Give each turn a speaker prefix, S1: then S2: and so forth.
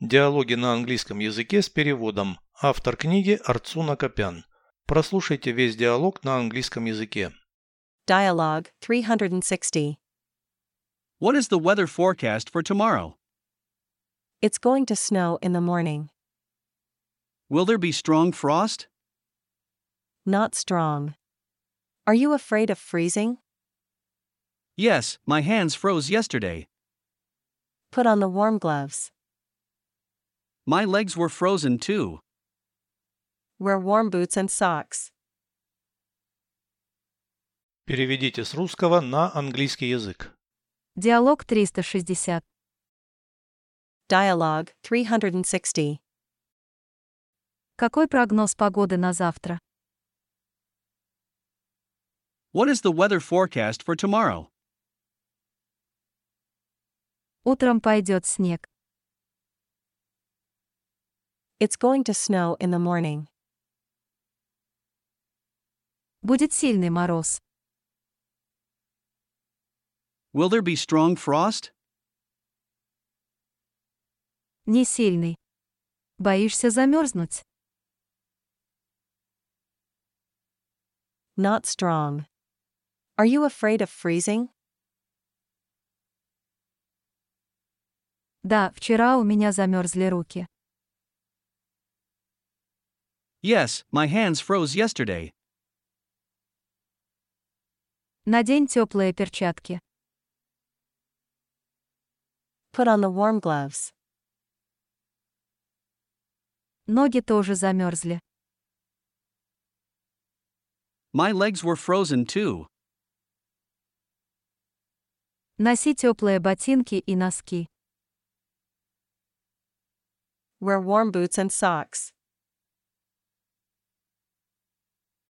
S1: Диалоги на английском языке с переводом. Автор книги Арцуна Копян. Прослушайте весь диалог на английском языке.
S2: Dialogue 360.
S3: What is the weather forecast for tomorrow?
S2: It's going to snow in the morning.
S3: Will there be strong frost?
S2: Not strong. Are you afraid of freezing?
S3: Yes, my hands froze yesterday.
S2: Put on the warm gloves.
S3: My legs were frozen too.
S2: Wear warm boots and socks.
S1: Переведите с русского на английский язык.
S4: Диалог 360.
S2: Dialogue 360.
S4: Какой прогноз погоды на завтра?
S3: What is the weather forecast for tomorrow?
S4: Утром пойдет снег.
S2: It's going to snow in the morning.
S4: Будет сильный мороз.
S3: Will there be strong frost?
S4: Не сильный. Боишься замерзнуть?
S2: Not strong. Are you afraid of freezing?
S4: Да, вчера у меня замерзли руки.
S3: Yes, my hands froze yesterday.
S4: Надень теплые перчатки.
S2: Put on the warm gloves.
S4: Ноги тоже замерзли.
S3: My legs were frozen too.
S4: Носи теплые ботинки и носки.
S2: Wear warm boots and socks.